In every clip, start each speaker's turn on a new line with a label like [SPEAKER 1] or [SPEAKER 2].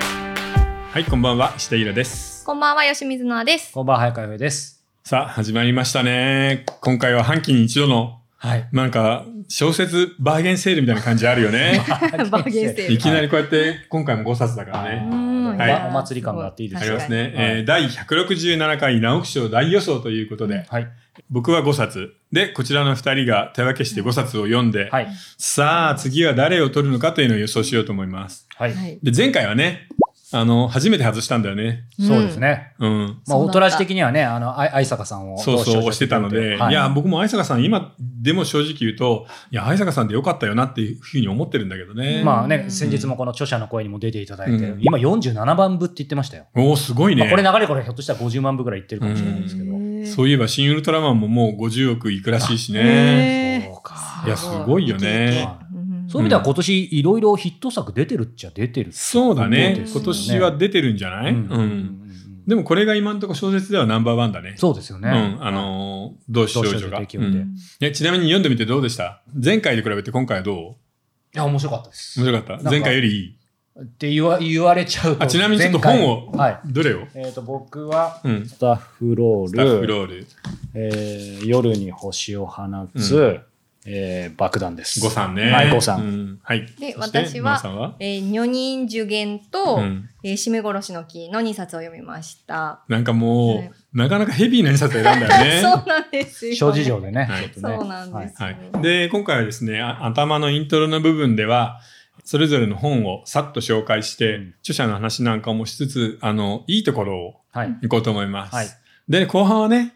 [SPEAKER 1] はい、こんばんは、下平です。
[SPEAKER 2] こんばんは、吉水奈です。
[SPEAKER 3] こんばんは、早川洋平です。
[SPEAKER 1] さあ、始まりましたね。今回は半期に一度の、
[SPEAKER 3] はい。
[SPEAKER 1] なんか、小説バーゲンセールみたいな感じあるよ ね。
[SPEAKER 3] バ
[SPEAKER 2] ーゲンセール
[SPEAKER 1] いきなりこうやって、今回も5冊だからね。
[SPEAKER 2] うん
[SPEAKER 1] はい
[SPEAKER 3] お祭り感があっていいです
[SPEAKER 1] あ
[SPEAKER 3] ね
[SPEAKER 1] りますね。
[SPEAKER 3] はい
[SPEAKER 1] えー第167回直木賞大予想ということで、
[SPEAKER 3] はい。
[SPEAKER 1] 僕は5冊。で、こちらの2人が手分けして5冊を読んで、
[SPEAKER 3] はい。
[SPEAKER 1] さあ、次は誰を取るのかというのを予想しようと思います。
[SPEAKER 3] はい。
[SPEAKER 2] はい
[SPEAKER 1] で、前回はね、あの、初めて外したんだよね。
[SPEAKER 3] そうですね。
[SPEAKER 1] うん。
[SPEAKER 3] まあ、
[SPEAKER 2] そうな
[SPEAKER 3] 大
[SPEAKER 2] んだ
[SPEAKER 3] 人し的にはね、あの、あい相坂さんを。
[SPEAKER 1] そうそう、押してたので、、
[SPEAKER 3] はいい。
[SPEAKER 1] や、僕も相坂さん、今でも正直言うと、いや、相坂さんでよかったよなっていうふうに思ってるんだけどね。
[SPEAKER 3] まあ
[SPEAKER 2] う
[SPEAKER 3] ね、
[SPEAKER 2] ん
[SPEAKER 3] 先日もこの著者の声にも出ていただいて、
[SPEAKER 1] うん
[SPEAKER 3] 今47番部って言ってましたよ。
[SPEAKER 1] おお、すごい
[SPEAKER 3] まあ
[SPEAKER 1] ね。
[SPEAKER 3] これ流れこれひょっとしたら50万部ぐらいいってるかもしれないですけど。
[SPEAKER 1] そういえば、新ウルトラマンももう50億いくらしいしね。
[SPEAKER 2] へ
[SPEAKER 3] そう
[SPEAKER 2] ー
[SPEAKER 3] か。
[SPEAKER 1] いや、すごいよね。
[SPEAKER 3] は
[SPEAKER 2] うん
[SPEAKER 3] いそういう意味では今年いろいろヒット作出てるっちゃ出てる。
[SPEAKER 1] そうだね
[SPEAKER 2] そうですよね
[SPEAKER 1] 今年は出てるんじゃ
[SPEAKER 3] う
[SPEAKER 1] ない、うん
[SPEAKER 3] うんうん
[SPEAKER 1] でも、これが今のところ小説ではナンバーワンだね。
[SPEAKER 3] そうですよ
[SPEAKER 1] う
[SPEAKER 3] ね。
[SPEAKER 1] ん、あのー同志少女が。
[SPEAKER 3] 同志少女的
[SPEAKER 1] う
[SPEAKER 3] 読んで
[SPEAKER 1] んいやちなみに読んでみてどうでした前回と比べて今回はど
[SPEAKER 3] いや、面白かったです。
[SPEAKER 1] う面白かっ
[SPEAKER 3] なん
[SPEAKER 1] た
[SPEAKER 3] か
[SPEAKER 1] 前回よりいい
[SPEAKER 3] って言わ言われちゃうと
[SPEAKER 1] あちなみにちょっと
[SPEAKER 3] 前回
[SPEAKER 1] 本を
[SPEAKER 3] はい。
[SPEAKER 1] どれを、
[SPEAKER 3] えっと、僕は、
[SPEAKER 1] うん、
[SPEAKER 3] スタッフロール、
[SPEAKER 1] スタッフロール
[SPEAKER 3] えー夜に星を放つ、
[SPEAKER 1] う
[SPEAKER 3] えー爆弾です。
[SPEAKER 1] 五さんね。
[SPEAKER 3] はい五さん
[SPEAKER 1] うんはい。
[SPEAKER 2] で
[SPEAKER 1] そして
[SPEAKER 2] 私は
[SPEAKER 1] マーさんは
[SPEAKER 2] えー女人受験と、
[SPEAKER 1] うん
[SPEAKER 2] えー締め殺しの木の2冊を読みました。
[SPEAKER 1] なんかもう、
[SPEAKER 2] はい
[SPEAKER 1] なかなかヘビーな2冊選んだよね。
[SPEAKER 2] そうなんですよ。
[SPEAKER 3] 諸事情でね。
[SPEAKER 1] はい
[SPEAKER 3] ちょっとね
[SPEAKER 2] そうなんです
[SPEAKER 1] はい。で、今回はですね、あ頭のイントロの部分では、それぞれの本をさっと紹介して、
[SPEAKER 3] うん
[SPEAKER 1] 著者の話なんかもしつつ、あの、いいところを
[SPEAKER 3] はい。
[SPEAKER 1] 行こうと思います。
[SPEAKER 3] はい
[SPEAKER 1] で、後半はね、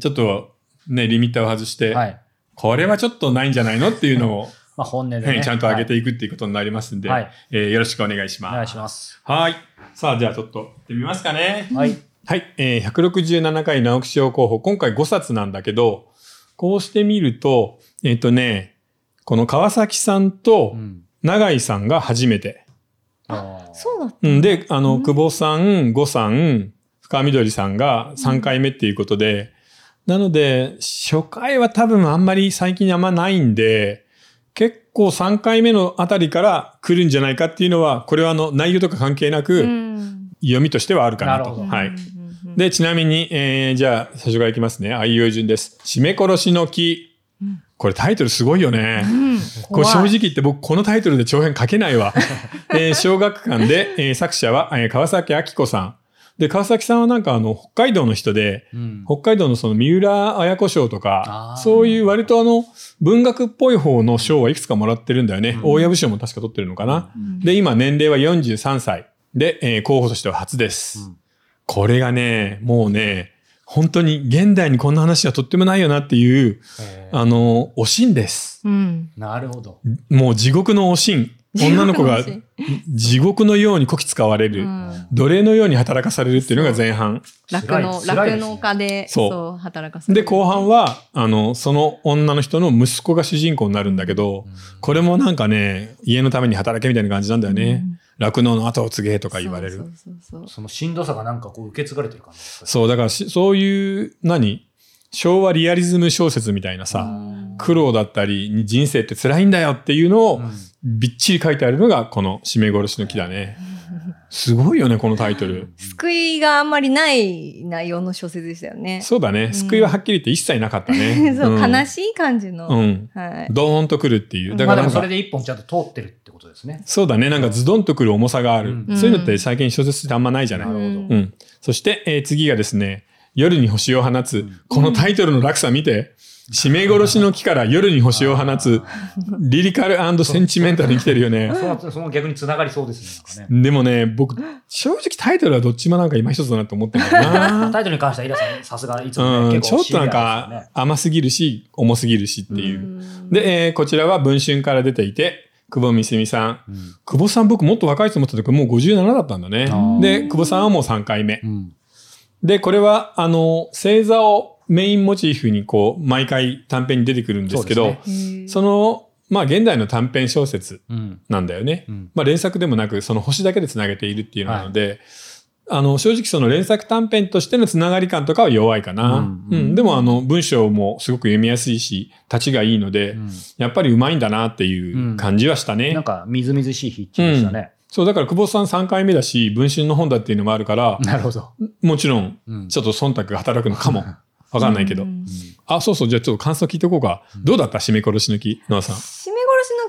[SPEAKER 1] ちょっと、ね、リミッターを外して、
[SPEAKER 3] はい。
[SPEAKER 1] これはちょっとないんじゃないのっていう のを、
[SPEAKER 3] まあ本音で
[SPEAKER 1] はい
[SPEAKER 3] ね。
[SPEAKER 1] ちゃんと上げていくっていうことになりますんで、
[SPEAKER 3] はいはい
[SPEAKER 1] えーよろしくお願いし
[SPEAKER 3] はいお願
[SPEAKER 1] ま
[SPEAKER 3] い
[SPEAKER 1] す。
[SPEAKER 3] します。
[SPEAKER 1] はい。さあ、じゃあちょっと行ってみますかね。
[SPEAKER 3] はい。
[SPEAKER 1] はい、えー、167回直木賞候補、今回5冊なんだけど、こうしてみると、えっ、とね、この川崎さんと
[SPEAKER 3] うん
[SPEAKER 1] 永井さんが初めて。
[SPEAKER 3] あー
[SPEAKER 2] そうだった。
[SPEAKER 1] うん、で、あの、
[SPEAKER 2] うん
[SPEAKER 1] 久保さん、呉さん、深みどりさんが3回目っていうことで、なので、初回は多分あんまり最近あんまないんで、結構3回目のあたりから来るんじゃないかっていうのは、これはあの、内容とか関係なく、
[SPEAKER 2] うん
[SPEAKER 1] 読みとしてはあるかなと。
[SPEAKER 3] なるほど
[SPEAKER 1] はい。。
[SPEAKER 2] で、
[SPEAKER 1] で、ちなみに、えーじゃあ、最初からいきますね。あいうえお順です。締め殺しの木。
[SPEAKER 2] うん
[SPEAKER 1] これタイトルすごいよね
[SPEAKER 2] う。ん、
[SPEAKER 1] これ正
[SPEAKER 2] 怖
[SPEAKER 1] 直
[SPEAKER 2] い
[SPEAKER 1] 言って僕このタイトルで長編書けない わ。えー小学館で、えー作者は、えー川崎明子さん。で、川崎さんはなんかあの、北海道の人で、
[SPEAKER 3] うん
[SPEAKER 1] 北海道のその三浦綾子賞とか
[SPEAKER 3] あ、ー
[SPEAKER 1] そういう割とあの、文学っぽい方の賞はいくつかもらってるんだよね。
[SPEAKER 3] うん
[SPEAKER 1] 大藪賞も確か取ってるのかな。
[SPEAKER 2] うん
[SPEAKER 1] で、今年齢は43歳。で、えー候補としては初です。
[SPEAKER 3] うん
[SPEAKER 1] これがね、もうね、本当に現代にこんな話はとってもないよなっていう、
[SPEAKER 3] えー
[SPEAKER 1] あの、おしんです。
[SPEAKER 2] うん、
[SPEAKER 3] なるほど。
[SPEAKER 1] もう地獄のおしん。女の子が
[SPEAKER 2] 地獄の
[SPEAKER 1] 地獄のようにこき使われ
[SPEAKER 2] う
[SPEAKER 1] る。
[SPEAKER 2] ん
[SPEAKER 1] 奴隷のように働かされるっていうのが前半。
[SPEAKER 2] 酪農
[SPEAKER 3] 辛い辛い
[SPEAKER 2] 酪
[SPEAKER 3] ですね
[SPEAKER 2] 農家で
[SPEAKER 1] そう
[SPEAKER 2] そう働かせ
[SPEAKER 1] で、後半は、あの、その女の人の息子が主人公になるんだけど、これもなんかね、家のために働けみたいな感じなんだよね。酪農の後を継げと
[SPEAKER 2] と
[SPEAKER 1] か言われる。そう
[SPEAKER 3] そのしんどさがなんかこう受け継がれてる感じですかね
[SPEAKER 1] だからし、そういう、何昭和リアリズム小説みたいなさ、
[SPEAKER 3] うん
[SPEAKER 1] 苦労だったり、人生って辛いんだよっていうのを
[SPEAKER 3] うん
[SPEAKER 1] びっちり書いてあるのがこの締め殺しの木だね。すごいよね、このタイトル。
[SPEAKER 2] 救いがあんまりない内容の小説でしたよね。
[SPEAKER 1] そうだね。救いははっきり言って一切なかったね。
[SPEAKER 2] そう、
[SPEAKER 1] ん
[SPEAKER 2] 悲しい感じの。
[SPEAKER 1] うん。
[SPEAKER 2] はい。
[SPEAKER 1] ドーンとくるっていう。だ
[SPEAKER 3] ま
[SPEAKER 1] から
[SPEAKER 3] あで
[SPEAKER 1] な
[SPEAKER 3] も
[SPEAKER 1] ん
[SPEAKER 3] そ
[SPEAKER 1] か
[SPEAKER 3] れ、で一本ちゃんと通ってるってことですね。
[SPEAKER 1] そうだね。なんかズドンとくる重さがある。
[SPEAKER 3] うん
[SPEAKER 1] そういうのって最近小説ってあんまないじゃない。
[SPEAKER 3] なるほど
[SPEAKER 2] うん
[SPEAKER 1] うん。そして、えー次がですね、夜に星を放つ。
[SPEAKER 3] うん
[SPEAKER 1] このタイトルの落差見て、締め殺しの木から夜に星を放つ、リリカルセンチメンタルに来てるよね。
[SPEAKER 3] そのその逆につながりそうですね。なんかね
[SPEAKER 1] でもね、僕、正直タイトルはどっちもなんか今一つだなと思ってるんだよな。
[SPEAKER 3] タイトルに関してはイラさん、さすがいつ
[SPEAKER 1] う
[SPEAKER 3] もね
[SPEAKER 1] ん、
[SPEAKER 3] 結
[SPEAKER 1] ちょ
[SPEAKER 3] 構
[SPEAKER 1] っとなん
[SPEAKER 3] シビアです
[SPEAKER 1] か
[SPEAKER 3] よね
[SPEAKER 1] 甘すぎるし、重すぎるしっていう。
[SPEAKER 2] うん、
[SPEAKER 1] で、えーこちらは文春から出ていて、久保みすみさん。久保さん僕もっと若いと思ってた時もう57だったんだね
[SPEAKER 3] あ。ー
[SPEAKER 1] で、久保さんはもう3回目。
[SPEAKER 3] うん
[SPEAKER 1] で、これは、あの、星座をメインモチーフにこう、毎回短編に出てくるんですけど、
[SPEAKER 3] そ
[SPEAKER 1] そ,、
[SPEAKER 3] うで
[SPEAKER 2] うん
[SPEAKER 1] の、まあ現代の短編小説
[SPEAKER 3] うん
[SPEAKER 1] なんだよね。
[SPEAKER 3] うん
[SPEAKER 1] まあ、連作でもなくその星だけでつなげているっていうのなので、あの正直その連作短編としてのつながり感とかは弱いかな、う
[SPEAKER 3] うんんうん
[SPEAKER 1] でもあの文章もすごく読みやすいし立ちがいいので、
[SPEAKER 3] うん
[SPEAKER 1] やっぱりうまいんだなっていう感じはしたね。
[SPEAKER 3] なんかみずみずしい筆致でしたね。
[SPEAKER 1] そう、だから久保さん3回目だし、文春の本だっていうのもあるから、
[SPEAKER 3] なるほど。
[SPEAKER 1] もちろん、
[SPEAKER 3] うん
[SPEAKER 1] ちょっと忖度が働くのかも。わかんないけど。
[SPEAKER 2] うん
[SPEAKER 1] あ、そうそう、じゃあちょっと感想聞いておこうか。どうだった締め殺しの木、ノアさん。
[SPEAKER 2] 締め殺しの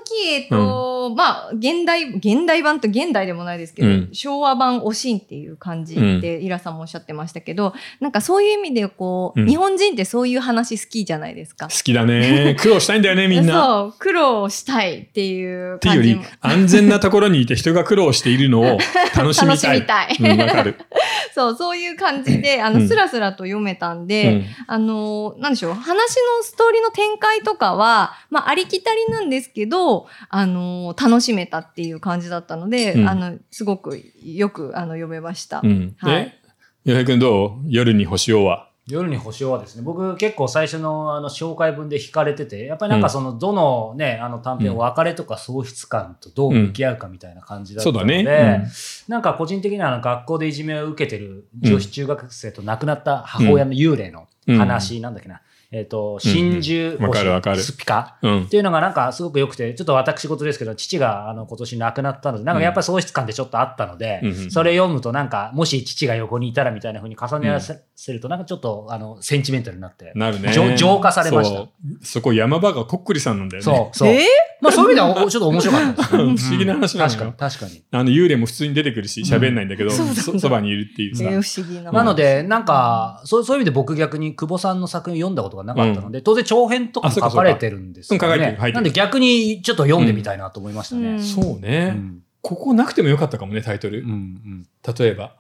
[SPEAKER 2] 木、えっと、まあ、現代、現代版と現代でもないですけど、
[SPEAKER 1] うん
[SPEAKER 2] 昭和版おしんっていう感じで、イラさんもおっしゃってましたけど、なんかそういう意味で、こう、
[SPEAKER 1] うん
[SPEAKER 2] 日本人ってそういう話好きじゃないですか
[SPEAKER 1] 好。きだね。苦労したいんだよね、みんな。っ
[SPEAKER 2] そう、苦労したいっていう
[SPEAKER 1] ていう
[SPEAKER 2] 感
[SPEAKER 1] よ
[SPEAKER 2] じ
[SPEAKER 1] り
[SPEAKER 2] も。、
[SPEAKER 1] 安全なところにいて人が苦労しているのを楽しみ
[SPEAKER 2] 楽した
[SPEAKER 1] い。
[SPEAKER 2] みたい。
[SPEAKER 1] うん、わかる。
[SPEAKER 2] そう、そういう感じで、あ
[SPEAKER 1] う
[SPEAKER 2] の、
[SPEAKER 1] ん
[SPEAKER 2] スラスラと読めたん
[SPEAKER 1] う
[SPEAKER 2] で、
[SPEAKER 1] ん。
[SPEAKER 2] あのーなんでしょう、話のストーリーの展開とかは、まあ、ありきたりなんですけど、あのー楽しめたっていう感じだったので、
[SPEAKER 1] うん
[SPEAKER 2] あの、すごくよく、あの、読めました。
[SPEAKER 1] うん。
[SPEAKER 2] は
[SPEAKER 1] え、洋平くんどう夜に星をは。
[SPEAKER 3] 夜に星をはですね、僕結構最初のあの紹介文で惹かれてて、やっぱりなんかその、どのね、あの短編、
[SPEAKER 1] うん
[SPEAKER 3] 別れとか喪失感とどう向き合うかみたいな感じだった
[SPEAKER 1] そう
[SPEAKER 3] の
[SPEAKER 1] だ
[SPEAKER 3] で、
[SPEAKER 1] ね。
[SPEAKER 3] なんか個人的にはあの学校でいじめを受けてる女子中学生と亡くなった母親の幽霊の話なんだっけな。えっ、と、真珠
[SPEAKER 1] うんわかるわかる
[SPEAKER 3] スピカ
[SPEAKER 1] うん。
[SPEAKER 3] っていうのがなんかすごく良くて、ちょっと私事ですけど、父があの今年亡くなったので、なんかやっぱり喪失感ってちょっとあったので、
[SPEAKER 1] うんうん
[SPEAKER 3] それ読むとなんか、もし父が横にいたらみたいな風に重ね合わせると、なんかちょっとあのセンチメンタルになって、
[SPEAKER 1] なるね。
[SPEAKER 3] 浄浄化されました
[SPEAKER 1] そう。そこ山場がこっくりさんなんだよね。
[SPEAKER 3] そう、そう。
[SPEAKER 2] え
[SPEAKER 3] まあそういう意味ではおちょっと面白かったですね。
[SPEAKER 1] うん不思議な話なのよ
[SPEAKER 3] 確かに、確かに。
[SPEAKER 1] あの幽霊も普通に出てくるし、喋んないんだけど、
[SPEAKER 2] うんそうなんだ
[SPEAKER 1] そそばにいるっていうさ。
[SPEAKER 2] ーえー不思議な。
[SPEAKER 3] なので、なんか、そうそういう意味で僕逆に久保さんの作品読んだことがなかったので、当然長編とかも書かれてるんですよ
[SPEAKER 1] あそうかそうかうん書かれて
[SPEAKER 3] ね
[SPEAKER 1] る。入ってる
[SPEAKER 3] なんで逆にちょっと読んでみたいなと思いました
[SPEAKER 2] う
[SPEAKER 3] ね
[SPEAKER 2] ん。
[SPEAKER 1] そうね、
[SPEAKER 3] うん
[SPEAKER 1] ここなくてもよかったかもね、タイトル。
[SPEAKER 3] うんうん
[SPEAKER 1] 例えば、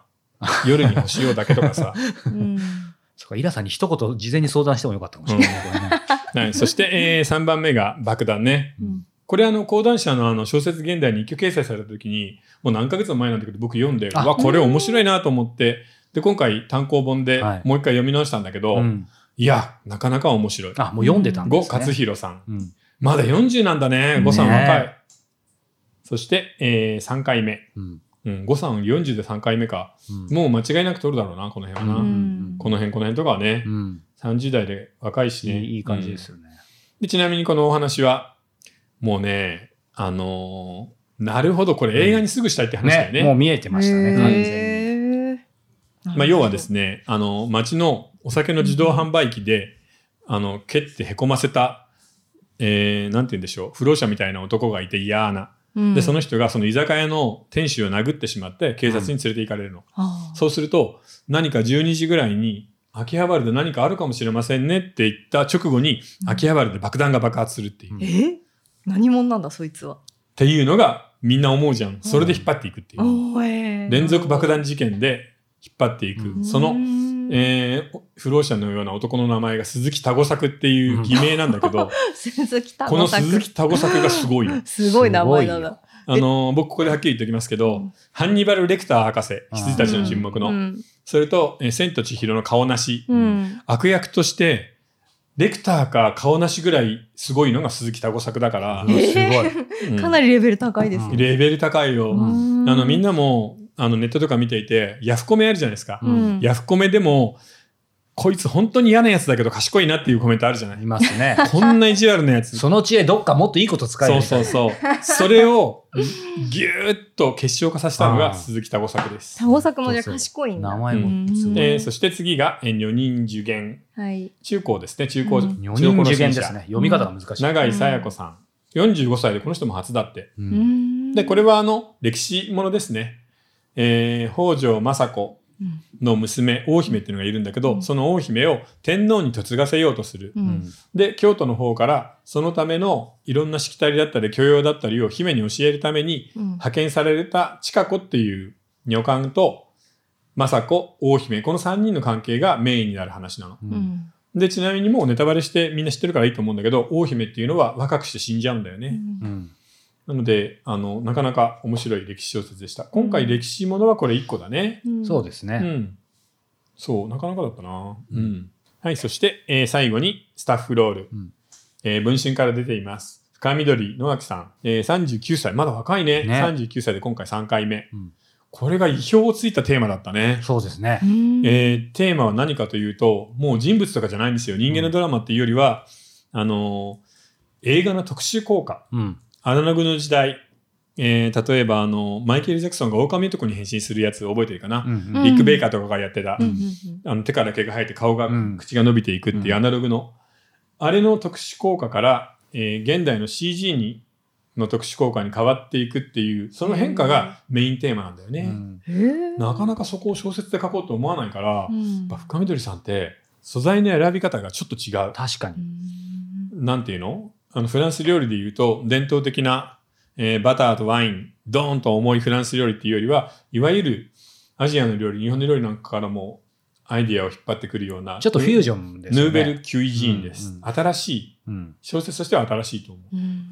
[SPEAKER 1] 夜に星をだけとか さ。
[SPEAKER 2] うん、
[SPEAKER 3] そっか、イラさんに一言事前に相談してもよかったかもしれないね。これ
[SPEAKER 1] は
[SPEAKER 3] ね
[SPEAKER 1] い、そして、え3番目が爆弾ね。
[SPEAKER 2] うん
[SPEAKER 1] これあの、講談社のあの小説現代に一挙掲載された時に、もう何ヶ月も前なんだけど、僕読んで、う
[SPEAKER 3] あ
[SPEAKER 1] わ、これ面白いなと思って、で、今回単行本で
[SPEAKER 3] はい
[SPEAKER 1] もう一回読み直したんだけど、
[SPEAKER 3] う
[SPEAKER 1] い、
[SPEAKER 3] ん
[SPEAKER 1] や、なかなか面白い。
[SPEAKER 3] あ、もう読んでたん
[SPEAKER 1] 五
[SPEAKER 3] ですね。
[SPEAKER 1] 勝弘さん。
[SPEAKER 3] うん
[SPEAKER 1] まだ40なんだね、五さん
[SPEAKER 3] ね
[SPEAKER 1] 若い。そして、え3回目。
[SPEAKER 3] うん
[SPEAKER 1] うん、五さん40で3回目か。
[SPEAKER 3] うん
[SPEAKER 1] もう間違いなく取るだろうな、この辺はな。
[SPEAKER 3] うん
[SPEAKER 1] この辺、この辺とかはね
[SPEAKER 3] う、ん
[SPEAKER 1] 30代で若いし
[SPEAKER 3] い
[SPEAKER 1] ね。
[SPEAKER 3] いいい感じですよね。
[SPEAKER 1] でちなみにこのお話は、もうね、あのーなるほど、これ映画にすぐしたいって話だよね。
[SPEAKER 3] もう見えてましたね、完全に。
[SPEAKER 2] 全に。
[SPEAKER 1] まあ、要はです
[SPEAKER 2] ね。
[SPEAKER 1] ね、あの、街のお酒の自動販売機で、あの、蹴ってへこませた、えー、なんて言うんでしょう、不老者みたいな男がいて嫌な。
[SPEAKER 2] うん
[SPEAKER 1] で、その人がその居酒屋の店主を殴ってしまって、警察に連れて行かれるの。
[SPEAKER 2] あー
[SPEAKER 1] そうすると、何か12時ぐらいに、秋葉原で何かあるかもしれませんねって言った直後に、
[SPEAKER 2] うん
[SPEAKER 1] 秋葉原で爆弾が爆発するっていう。
[SPEAKER 3] うん
[SPEAKER 2] え何者なんだ、そいつは。
[SPEAKER 1] っていうのがみんな思うじゃん。それで引っ張っていくっていう。
[SPEAKER 2] おーえー
[SPEAKER 1] 連続爆弾事件で引っ張っていうく。
[SPEAKER 3] ん
[SPEAKER 1] その、
[SPEAKER 2] うん
[SPEAKER 1] えー不老者のような男の名前が鈴木多吾作っていう偽名なんだけど、
[SPEAKER 2] 鈴木
[SPEAKER 1] この鈴木多吾作がすごいの。
[SPEAKER 2] すごい名前だ
[SPEAKER 3] すごい
[SPEAKER 2] な。
[SPEAKER 1] あのー僕ここではっきり言っておきますけど、
[SPEAKER 2] うん
[SPEAKER 1] ハンニバル・レクター博士、
[SPEAKER 3] あー
[SPEAKER 1] 羊たちの沈黙の。
[SPEAKER 2] うん
[SPEAKER 1] それと、えー千と千尋の顔なし。
[SPEAKER 2] うん
[SPEAKER 1] 悪役として、レクターか顔なしぐらいすごいのが鈴木多吾作だから、
[SPEAKER 3] え
[SPEAKER 2] すご
[SPEAKER 3] ー
[SPEAKER 1] うん
[SPEAKER 2] かなりレベル高いですね。
[SPEAKER 1] レベル高いよ。
[SPEAKER 3] うん
[SPEAKER 1] あのみん
[SPEAKER 2] な、
[SPEAKER 1] なもあのネットとか見ていてヤフコメあるじゃないですか、
[SPEAKER 3] うん
[SPEAKER 1] ヤフコメでもこいつ本当に嫌なやつだけど賢いなっていうコメントあるじゃ ない
[SPEAKER 3] いますね。
[SPEAKER 1] こんな意地悪なやつそ
[SPEAKER 3] そのうちへどっかもっといいこと使える
[SPEAKER 1] う
[SPEAKER 3] みた
[SPEAKER 1] そ
[SPEAKER 3] いうな。
[SPEAKER 1] そうそれをぎゅーっと結晶化させたの
[SPEAKER 3] あ
[SPEAKER 1] が
[SPEAKER 3] ー
[SPEAKER 1] 鈴木多吾作です
[SPEAKER 2] サ、ゴ作もじゃあ賢いんだ。
[SPEAKER 3] 名前もすごい。
[SPEAKER 1] えーそして次が「えー女人受験
[SPEAKER 2] はい。」
[SPEAKER 1] 中高ですね中高、
[SPEAKER 2] うん
[SPEAKER 3] 女
[SPEAKER 1] 中
[SPEAKER 3] 人
[SPEAKER 1] 高
[SPEAKER 3] 受
[SPEAKER 1] の新
[SPEAKER 3] 験で
[SPEAKER 1] 者
[SPEAKER 3] すね。読み方が難しい。
[SPEAKER 1] 永井紗耶子さん、45歳でこの人も初だって
[SPEAKER 2] う
[SPEAKER 3] う
[SPEAKER 2] んん
[SPEAKER 1] でこれ、はあの歴史ものですね、えー北条政子
[SPEAKER 2] うん
[SPEAKER 1] の娘大姫っていうのがいるんだけど、
[SPEAKER 2] うん
[SPEAKER 1] その大姫を天皇に嫁がせようとする、
[SPEAKER 2] う
[SPEAKER 3] うん
[SPEAKER 2] ん
[SPEAKER 1] で京都の方からそのためのいろんなしきたりだったり教養だったりを姫に教えるために
[SPEAKER 2] うん
[SPEAKER 1] 派遣された千佳子っていう女官と政子大姫この3人の関係がメインになる話なの。
[SPEAKER 3] うん
[SPEAKER 2] うん
[SPEAKER 1] でちなみにもうネタバレしてみんな知ってるからいいと思うんだけど大姫っていうのは若くして死んじゃうんだよね。
[SPEAKER 3] うん
[SPEAKER 1] なのであのなかなか面白い歴史小説でした。今回歴史ものはこれ1個だね。
[SPEAKER 2] うん
[SPEAKER 3] そうで
[SPEAKER 1] う
[SPEAKER 3] すね。
[SPEAKER 1] ん。そう、なかなかだったな。
[SPEAKER 3] うん
[SPEAKER 1] うん。はい、そして、えー最後にスタッフロール。
[SPEAKER 3] うん
[SPEAKER 1] えー文春から出ています。深緑野垣さん、えー、39歳、まだ若いね
[SPEAKER 3] ね
[SPEAKER 1] 39歳で今回3回目。
[SPEAKER 3] うん
[SPEAKER 1] これが意表をついたテーマだったね。
[SPEAKER 3] そうですね
[SPEAKER 2] う。ん。
[SPEAKER 1] えーテーマは何かというと、もう人物とかじゃないんですよ。人間のドラマっていうよりは、あのー映画の特殊効果。
[SPEAKER 3] うん
[SPEAKER 1] アナログの時代、えー例えばあの、マイケル・ジャクソンが狼男に変身するやつ覚えてるかな、
[SPEAKER 3] うんうん
[SPEAKER 1] リック・ベイカーとかがやってた、
[SPEAKER 2] うんうん
[SPEAKER 1] あの手から毛が生えて顔が、
[SPEAKER 3] うん
[SPEAKER 1] 口が伸びていくっていううんアナログの、あれの特殊効果から、えー現代の CG にの特殊効果に変わっていくっていうその変化がメインテーマなんだよ
[SPEAKER 3] う
[SPEAKER 1] ね、
[SPEAKER 3] ん
[SPEAKER 2] うんへー
[SPEAKER 1] なかなかそこを小説で書こうと思わないから、
[SPEAKER 2] う
[SPEAKER 1] やっ
[SPEAKER 2] ん
[SPEAKER 1] ぱ深緑さんって素材の選び方がちょっと違う
[SPEAKER 3] 確か
[SPEAKER 2] う
[SPEAKER 3] に。
[SPEAKER 2] ん
[SPEAKER 1] なんていうのあのフランス料理で言うと伝統的な、えーバターとワインドーンと重いフランス料理っていうよりはいわゆるアジアの料理日本の料理なんかからもアイディアを引っ張ってくるような
[SPEAKER 3] ちょっとフュージョンです
[SPEAKER 1] ヌ
[SPEAKER 3] よね。
[SPEAKER 1] ーベル・キュイジーンです、
[SPEAKER 3] うんうん
[SPEAKER 1] 新しい
[SPEAKER 3] うん。
[SPEAKER 1] 小説としては新しいと思う
[SPEAKER 2] うん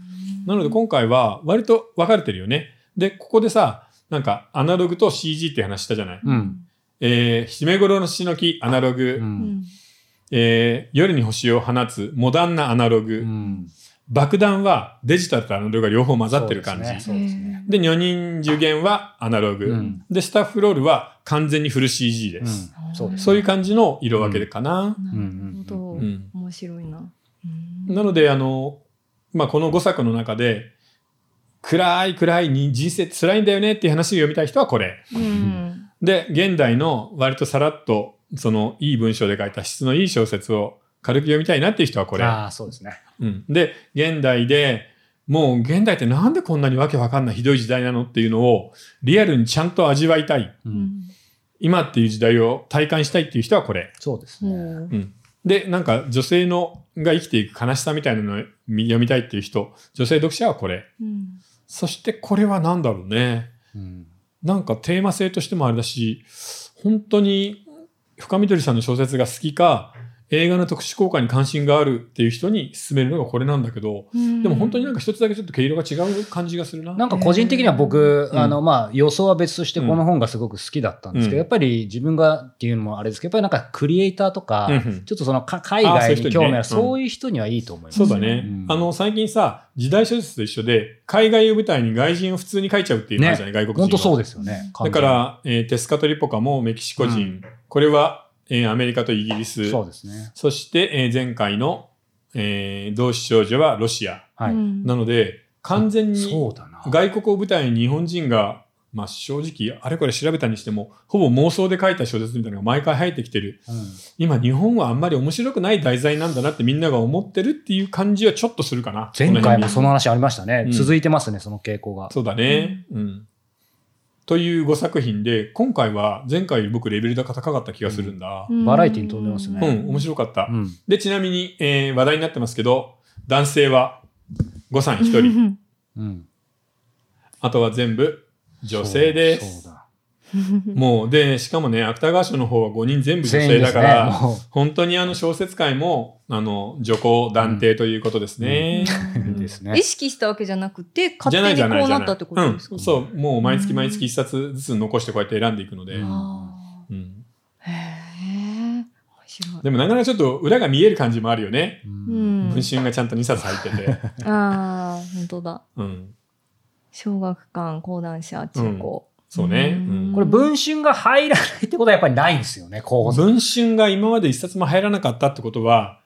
[SPEAKER 1] なので今回は割と分かれてるよねでここでさなんかアナログと CG って話したじゃない、
[SPEAKER 3] うん
[SPEAKER 1] えー、姫ごろの死の木アナログ、
[SPEAKER 3] うん
[SPEAKER 1] えー夜に星を放つモダンなアナログ、
[SPEAKER 3] うん
[SPEAKER 1] 爆弾はデジタルとアナログが両方混ざってる感じ
[SPEAKER 3] そうですねそうですね。
[SPEAKER 1] で女人受験はアナログ、
[SPEAKER 3] うん
[SPEAKER 1] でスタッフロールは完全にフル CG で
[SPEAKER 3] うん
[SPEAKER 1] す、
[SPEAKER 3] そうです。
[SPEAKER 1] そういう感じの色分けかな、
[SPEAKER 2] なるほど、
[SPEAKER 1] うん
[SPEAKER 2] 面白いな。うん
[SPEAKER 1] なのであの、まあ、この5作の中で暗い暗いに人生って辛いんだよねっていう話を読みたい人はこれ
[SPEAKER 2] うん
[SPEAKER 1] で現代の割とさらっとそのいい文章で書いた質のいい小説を軽く読みたいなっていう人はこれ、
[SPEAKER 3] ああ、そうですね。
[SPEAKER 1] うん、で現代でもう現代ってなんでこんなにわけわかんないひどい時代なのっていうのをリアルにちゃんと味わいたい
[SPEAKER 2] うん
[SPEAKER 1] 今っていう時代を体感したいっていう人はこれ
[SPEAKER 3] そうです
[SPEAKER 2] ほ
[SPEAKER 3] ね。
[SPEAKER 2] う
[SPEAKER 1] でなんか女性のが生きていく悲しさみたいなのをみ読みたいっていう人女性読者はこれ
[SPEAKER 2] うん
[SPEAKER 1] そしてこれは何だろうね
[SPEAKER 3] うん
[SPEAKER 1] なんかテーマ性としてもあれだし本当に深緑さんの小説が好きか映画の特殊効果に関心があるっていう人に勧めるのがこれなんだけどでも本当になんか一つだけちょっと毛色が違う感じがするな。
[SPEAKER 3] なんか個人的には僕、
[SPEAKER 1] うん
[SPEAKER 3] あのまあ予想は別としてこの本がすごく好きだったんですけど、
[SPEAKER 1] うん
[SPEAKER 3] やっぱり自分がっていうのもあれですけどやっぱりなんかクリエイターとか、
[SPEAKER 1] うんうん
[SPEAKER 3] ちょっとそのか海
[SPEAKER 1] あーそういう人
[SPEAKER 3] 外に
[SPEAKER 1] にね
[SPEAKER 3] 興味ある
[SPEAKER 1] うん
[SPEAKER 3] そういう人にはいいと思います、
[SPEAKER 1] そうだね、
[SPEAKER 3] うん
[SPEAKER 1] あの最近さ時代小説と一緒で海外を舞台に外人を普通に書いちゃうっていうのあるじゃない、外国人は
[SPEAKER 3] 本当そうですよね
[SPEAKER 1] だから、えーテスカトリポカもメキシコ人、
[SPEAKER 3] うん
[SPEAKER 1] これは、えーアメリカとイギリ
[SPEAKER 3] 完全
[SPEAKER 1] ス
[SPEAKER 3] にそうですね
[SPEAKER 1] そして、えー前回の、えー同志少女はロシア
[SPEAKER 3] はい、
[SPEAKER 2] うん
[SPEAKER 1] なので完全
[SPEAKER 3] そ
[SPEAKER 1] に
[SPEAKER 3] うだな
[SPEAKER 1] 外国を舞台に日本人が、まあ、正直あれこれ調べたにしてもほぼ妄想で書いた小説みたいなのが毎回入ってきてる
[SPEAKER 3] う
[SPEAKER 1] 今日本はあんまり面白くない題材なんだなってみんなが思ってるっていう感じはちょっとするかな。
[SPEAKER 3] ん前回
[SPEAKER 1] この
[SPEAKER 3] も
[SPEAKER 1] 辺に
[SPEAKER 3] その話ありましたね、
[SPEAKER 1] うん
[SPEAKER 3] 続いてますねその傾向が
[SPEAKER 1] そうだね。うん。という5作品で、今回は前回より僕レベルが高かった気がするんだ。
[SPEAKER 2] うん
[SPEAKER 3] バラエティに飛んでます
[SPEAKER 1] うん、
[SPEAKER 3] ね
[SPEAKER 1] 面白かった。
[SPEAKER 3] うん
[SPEAKER 1] で、ちなみに、えー話題になってますけど、男性は5さん1人、
[SPEAKER 3] うん
[SPEAKER 1] あとは全部女性で
[SPEAKER 3] そう
[SPEAKER 1] す。
[SPEAKER 3] だ
[SPEAKER 1] もう、で、しかもね、芥川賞の方は5人全部女
[SPEAKER 3] 全員
[SPEAKER 1] 性
[SPEAKER 3] で
[SPEAKER 1] だ
[SPEAKER 3] す
[SPEAKER 1] か
[SPEAKER 3] ね
[SPEAKER 1] ら、
[SPEAKER 3] もう
[SPEAKER 1] 本当にあの小説界も、あの、女工、断定ということですね。
[SPEAKER 2] うん
[SPEAKER 3] いいですね
[SPEAKER 2] 意識したわけじゃなくて、勝
[SPEAKER 1] じゃな
[SPEAKER 2] 手
[SPEAKER 1] い
[SPEAKER 2] に
[SPEAKER 1] じゃない
[SPEAKER 2] こう
[SPEAKER 1] じゃ
[SPEAKER 2] ないったってことですか
[SPEAKER 1] うん、そうもう毎月毎月一冊ずつ残してこうやって選んでいくので、う
[SPEAKER 3] う
[SPEAKER 1] んん
[SPEAKER 2] あーへえ、面白い。
[SPEAKER 1] でもなかなかちょっと裏が見える感じもあるよね、
[SPEAKER 3] うん
[SPEAKER 1] 文春がちゃんと2冊入って て、
[SPEAKER 2] うん、ああ、本当だ。
[SPEAKER 1] うん、
[SPEAKER 2] 小学館、講談社、中高。
[SPEAKER 1] そうね、う
[SPEAKER 2] うん
[SPEAKER 1] ん
[SPEAKER 3] これ文春が入らないってことはやっぱりないんですよね候補作
[SPEAKER 1] 文春が今まで1冊も入らなかったってことは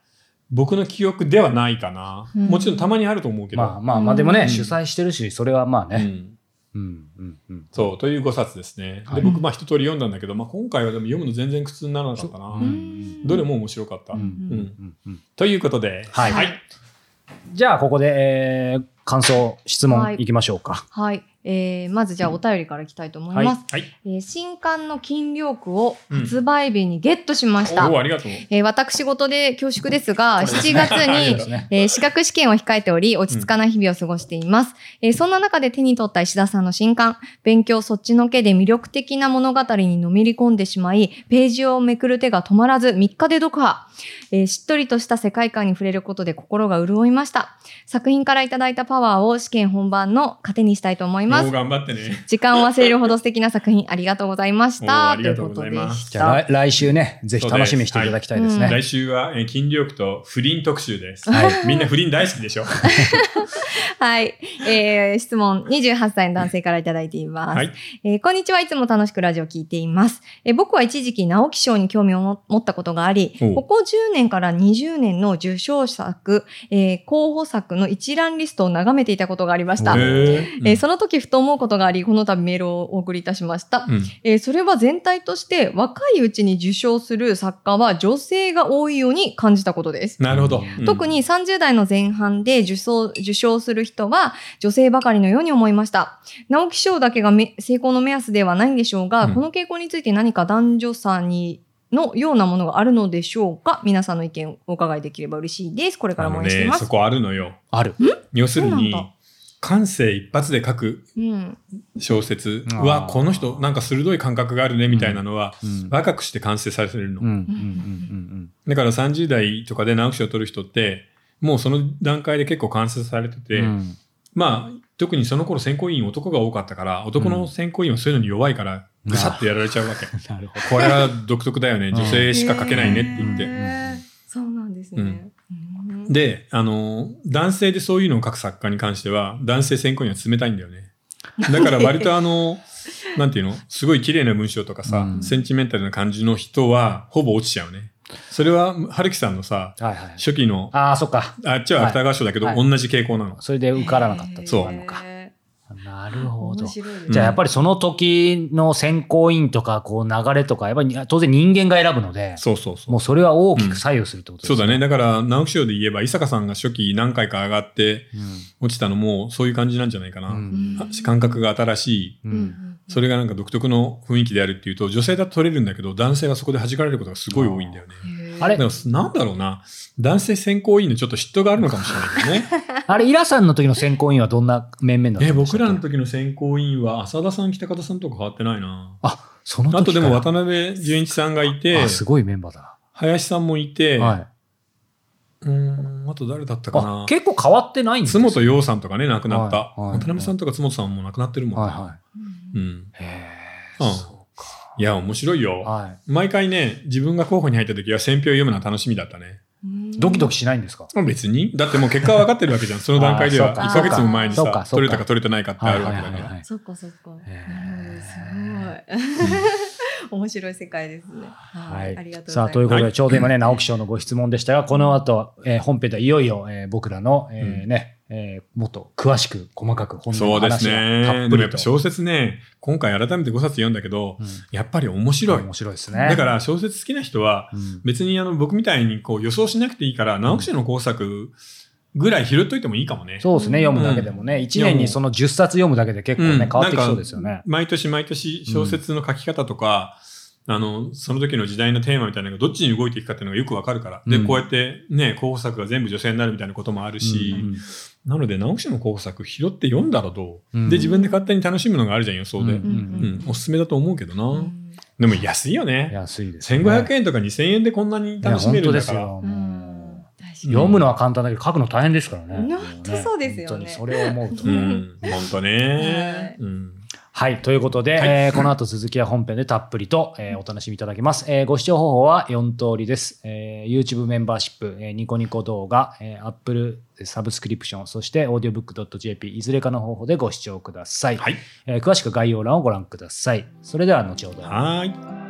[SPEAKER 1] 僕の記憶ではないかな、
[SPEAKER 2] うん
[SPEAKER 1] もちろんたまにあると思うけど、
[SPEAKER 3] まあまあまあでもね、
[SPEAKER 1] うん
[SPEAKER 3] 主催してるしそれはまあ
[SPEAKER 1] う
[SPEAKER 3] ね、
[SPEAKER 1] ん
[SPEAKER 3] うんうんうん
[SPEAKER 1] そうという5冊ですね、
[SPEAKER 3] は
[SPEAKER 1] で
[SPEAKER 3] い
[SPEAKER 1] 僕まあ一通り読んだんだけど、まあ、今回はでも読むの全然苦痛にならなかったな、
[SPEAKER 3] そううん
[SPEAKER 1] どれも面白かった、
[SPEAKER 3] うん
[SPEAKER 1] う
[SPEAKER 3] うんんうん
[SPEAKER 1] ということで
[SPEAKER 3] はい
[SPEAKER 1] はい、
[SPEAKER 3] じゃあここで、えー感想質
[SPEAKER 2] は
[SPEAKER 3] 問
[SPEAKER 2] い
[SPEAKER 3] いきましょうか。
[SPEAKER 2] はい。えーまずじゃあお便りからいきたいと思います。
[SPEAKER 1] はい
[SPEAKER 2] えー新刊の金領区を発売日にゲットしました。
[SPEAKER 1] おおありがとう
[SPEAKER 2] えー私事で恐縮ですが、
[SPEAKER 1] そうです
[SPEAKER 2] 7
[SPEAKER 1] ね
[SPEAKER 2] 月に、
[SPEAKER 1] すね
[SPEAKER 2] えー資格試験を控えており、落ち着かない日々を過ごしています。えーそんな中で手に取った石田さんの新刊、勉強そっちのけで魅力的な物語にのめり込んでしまい、ページをめくる手が止まらず3日で読破。えーしっとりとした世界観に触れることで心が潤いました。作品からいただいたパワーを試験本番の糧にしたいと思いま
[SPEAKER 1] もう
[SPEAKER 2] す。
[SPEAKER 1] 頑張ってね。
[SPEAKER 2] 時間を忘れるほど素敵な作品ありがとうございまし
[SPEAKER 1] おー
[SPEAKER 2] た。
[SPEAKER 1] ありがとうございます
[SPEAKER 3] じゃあ来来週ねぜひ楽しみにしていただきたいですね。
[SPEAKER 2] そう
[SPEAKER 1] 来週は、えー筋力と不倫特集です。
[SPEAKER 3] はい
[SPEAKER 1] みんな不倫大好きで しょ。
[SPEAKER 2] はい。えー、質問、28歳の男性からいただいています。
[SPEAKER 1] はい
[SPEAKER 2] えーこんにちは。いつも楽しくラジオ聞いています。えー僕は一時期直木賞に興味を持持ったことがあり、
[SPEAKER 1] おう
[SPEAKER 2] ここ10年から20年の受賞作、えー候補作の一覧リストを眺めていたことがありました。
[SPEAKER 1] へ
[SPEAKER 2] え
[SPEAKER 1] ー
[SPEAKER 2] ーその時、ふと思うことがあり、この度メールをお送りいたしました。
[SPEAKER 1] うん
[SPEAKER 2] えーそれは全体として若いうちに受賞する作家は女性が多いように感じたことです。
[SPEAKER 1] なるほど。うん
[SPEAKER 2] 特、に30代の前半で受賞受賞する人は女性ばかりのように思いました。直木賞だけがめ成功の目安ではないんでしょうが、
[SPEAKER 1] うん
[SPEAKER 2] この傾向について何か男女差にのようなものがあるのでしょうか皆さんの意見をお伺いできれば嬉しいです。これから
[SPEAKER 1] あ
[SPEAKER 2] も応
[SPEAKER 1] の
[SPEAKER 2] 援してい
[SPEAKER 1] ね
[SPEAKER 2] ま、す。
[SPEAKER 1] そこあるのよ。
[SPEAKER 3] ある。
[SPEAKER 1] 要する
[SPEAKER 2] そうなん
[SPEAKER 1] に
[SPEAKER 2] だ、
[SPEAKER 1] 感性一発で書く
[SPEAKER 2] うん。
[SPEAKER 1] 小説
[SPEAKER 3] あー
[SPEAKER 1] は、この人、なんか鋭い感覚があるね、みたいなのは、
[SPEAKER 3] うん
[SPEAKER 1] 若くして完成されてるの。
[SPEAKER 3] うんうんうん
[SPEAKER 1] だから30代とかで直木賞を取る人って、もうその段階で結構完成されて
[SPEAKER 3] うん
[SPEAKER 1] て、
[SPEAKER 3] うん
[SPEAKER 1] まあ、特にその頃選考委員男が多かったから、男の選考委員はそういうのに弱いから、ぐさっとやられちゃうわ け。
[SPEAKER 3] なるほ
[SPEAKER 1] これは独特だよね。
[SPEAKER 3] うん
[SPEAKER 1] 女性しか書けないねって言って。
[SPEAKER 2] へーそうなんですね。うん
[SPEAKER 1] で、あの、男性でそういうのを書く作家に関しては、男性選考には冷たいんだよね。だから割とあ の、なんていうのすごい綺麗な文章とかさ、
[SPEAKER 3] うん
[SPEAKER 1] センチメンタルな感じの人は、ほぼ落ちちゃうね。それは、春樹さんのさ、
[SPEAKER 3] ど。はいはい。
[SPEAKER 1] 初期の、
[SPEAKER 3] ああ、そっか。
[SPEAKER 1] あっちは芥川賞だけど、
[SPEAKER 3] はい
[SPEAKER 1] 同じ傾向なの。
[SPEAKER 3] それで受からなかったってことなのか。
[SPEAKER 2] へ
[SPEAKER 3] なる
[SPEAKER 2] ー
[SPEAKER 3] ほど
[SPEAKER 2] 面。白いですね
[SPEAKER 3] じゃあやっぱりその時の選考委員とかこう流れとかやっぱり当然人間が選ぶので
[SPEAKER 1] そうそうそう。
[SPEAKER 3] もうそれは大きく左右するってことです
[SPEAKER 1] そうだね。だから、直木賞で言えば、伊坂さんが初期何回か上がって落ちたのも、そういう感じなんじゃないかな。
[SPEAKER 3] うん
[SPEAKER 1] あ感覚が新しい。
[SPEAKER 3] う
[SPEAKER 2] うんうんん
[SPEAKER 1] それがなんか独特の雰囲気であるっていうと、女性だと取れるんだけど、男性はそこで弾かれることがすごい多いんだよね。
[SPEAKER 2] へー
[SPEAKER 3] あれ
[SPEAKER 1] でも、なんだろうな。男性選考委員のちょっと嫉妬があるのかもしれないけどね。
[SPEAKER 3] あれイラさんの時の選考委員はどんな面々だった
[SPEAKER 1] え、
[SPEAKER 3] んでし
[SPEAKER 1] 僕
[SPEAKER 3] たっけ
[SPEAKER 1] らの時の選考委員は、浅田さん、北方さんとか変わってないな。
[SPEAKER 3] あその時
[SPEAKER 1] あとでも
[SPEAKER 3] か
[SPEAKER 1] 渡
[SPEAKER 3] ら
[SPEAKER 1] 辺純一さんがいて
[SPEAKER 3] あ、すごいメンバーだ
[SPEAKER 1] 林さんもいて、
[SPEAKER 3] な、はい、
[SPEAKER 1] うーん、あと誰だったか
[SPEAKER 3] あ
[SPEAKER 1] な。
[SPEAKER 3] 結構変わってないんで
[SPEAKER 1] 津
[SPEAKER 3] す
[SPEAKER 1] 本洋さんとかね、亡くなった。
[SPEAKER 3] はいはい
[SPEAKER 1] 渡辺さんとか津本さんも亡くなってるもん、
[SPEAKER 3] はいは
[SPEAKER 2] うん
[SPEAKER 1] うん。
[SPEAKER 3] いへえ、
[SPEAKER 1] うん
[SPEAKER 3] そうか
[SPEAKER 1] いや、面白いよ。
[SPEAKER 3] は
[SPEAKER 1] 毎回ね、自分が候補に入った時は選票を読むのは楽しみだったね。
[SPEAKER 3] いドキドキしないんですか
[SPEAKER 1] 別にだってもう結果は分かってるわけじゃん。その段階で
[SPEAKER 3] あ
[SPEAKER 1] は。
[SPEAKER 2] そ
[SPEAKER 3] ー
[SPEAKER 2] うか
[SPEAKER 1] 1ヶ月も前に
[SPEAKER 3] そう
[SPEAKER 1] さ
[SPEAKER 3] か、そうか
[SPEAKER 1] 取れたか取れてないかってあるわけだから。
[SPEAKER 3] い
[SPEAKER 2] そっかそっか。なるほどす
[SPEAKER 3] へ
[SPEAKER 2] ごい。面白い世界ですね。は。
[SPEAKER 3] はいい
[SPEAKER 2] ありがとうございます。
[SPEAKER 3] さあ、ということ
[SPEAKER 1] は
[SPEAKER 3] で、
[SPEAKER 1] い
[SPEAKER 3] ちょうど今ね、直木賞のご質問でしたが、この後、えー本編ではいよいよ、えー僕らの、えー
[SPEAKER 1] う
[SPEAKER 3] ね、えーもっと詳しく、細かく、本
[SPEAKER 1] そ
[SPEAKER 3] の
[SPEAKER 1] うで
[SPEAKER 3] 話
[SPEAKER 1] す
[SPEAKER 3] がた
[SPEAKER 1] ね。
[SPEAKER 3] っ
[SPEAKER 1] でも
[SPEAKER 3] ぷ
[SPEAKER 1] や
[SPEAKER 3] り
[SPEAKER 1] っぱ
[SPEAKER 3] と。
[SPEAKER 1] 小説ね、今回改めて5冊読んだけど、
[SPEAKER 3] うん
[SPEAKER 1] やっぱり面白い。
[SPEAKER 3] 面白いですね。
[SPEAKER 1] だから小説好きな人は、
[SPEAKER 3] うん、
[SPEAKER 1] 別にあの僕みたいにこう予想しなくていいから、直木賞の工作ぐらい拾っといてもいいかもね。
[SPEAKER 3] そうですね、読むだけでもね、1年にその10冊読むだけで結構
[SPEAKER 1] うん
[SPEAKER 3] ね、変わってきそう
[SPEAKER 1] なんか
[SPEAKER 3] ですよね。
[SPEAKER 1] 毎年毎年小説の書き方とか、あの、その時の時代のテーマみたいなのがどっちに動いていくかっていうのがよくわかるから。で、
[SPEAKER 3] うん
[SPEAKER 1] こうやってね、候補作が全部女性になるみたいなこともあるし、
[SPEAKER 3] うん
[SPEAKER 1] なので直木賞の候補作拾って読んだらどう、
[SPEAKER 3] うん
[SPEAKER 1] で、自分で勝手に楽しむのがあるじゃん、予想で。
[SPEAKER 3] う
[SPEAKER 1] うんん、
[SPEAKER 2] うん
[SPEAKER 1] おすすめだと思うけどな。
[SPEAKER 2] うん
[SPEAKER 1] でも安いよ
[SPEAKER 3] うん
[SPEAKER 1] ね。
[SPEAKER 3] 安いです、ね。
[SPEAKER 1] 1500円とか2000円でこんなに楽しめるんだから。
[SPEAKER 3] いや本当
[SPEAKER 2] う
[SPEAKER 3] で
[SPEAKER 2] ん確か
[SPEAKER 3] すよもう
[SPEAKER 2] に
[SPEAKER 3] 読むのは簡単だけど、書くの大変ですからね。
[SPEAKER 2] 本当そうですよね
[SPEAKER 3] 本当にそれを思うと。
[SPEAKER 1] うん、ほんとね。
[SPEAKER 2] は
[SPEAKER 1] うん。
[SPEAKER 3] はい。ということで、えーこの後続きは本編でたっぷりと、えーお楽しみいただけます。えーご視聴方法は4通りです。えー YouTube メンバーシップ、えーニコニコ動画、えー Apple サブスクリプション、そして audiobook.jp、いずれかの方法でご視聴ください。
[SPEAKER 1] はい。
[SPEAKER 3] えー詳しく概要欄をご覧ください。それでは後ほど。
[SPEAKER 1] はーい。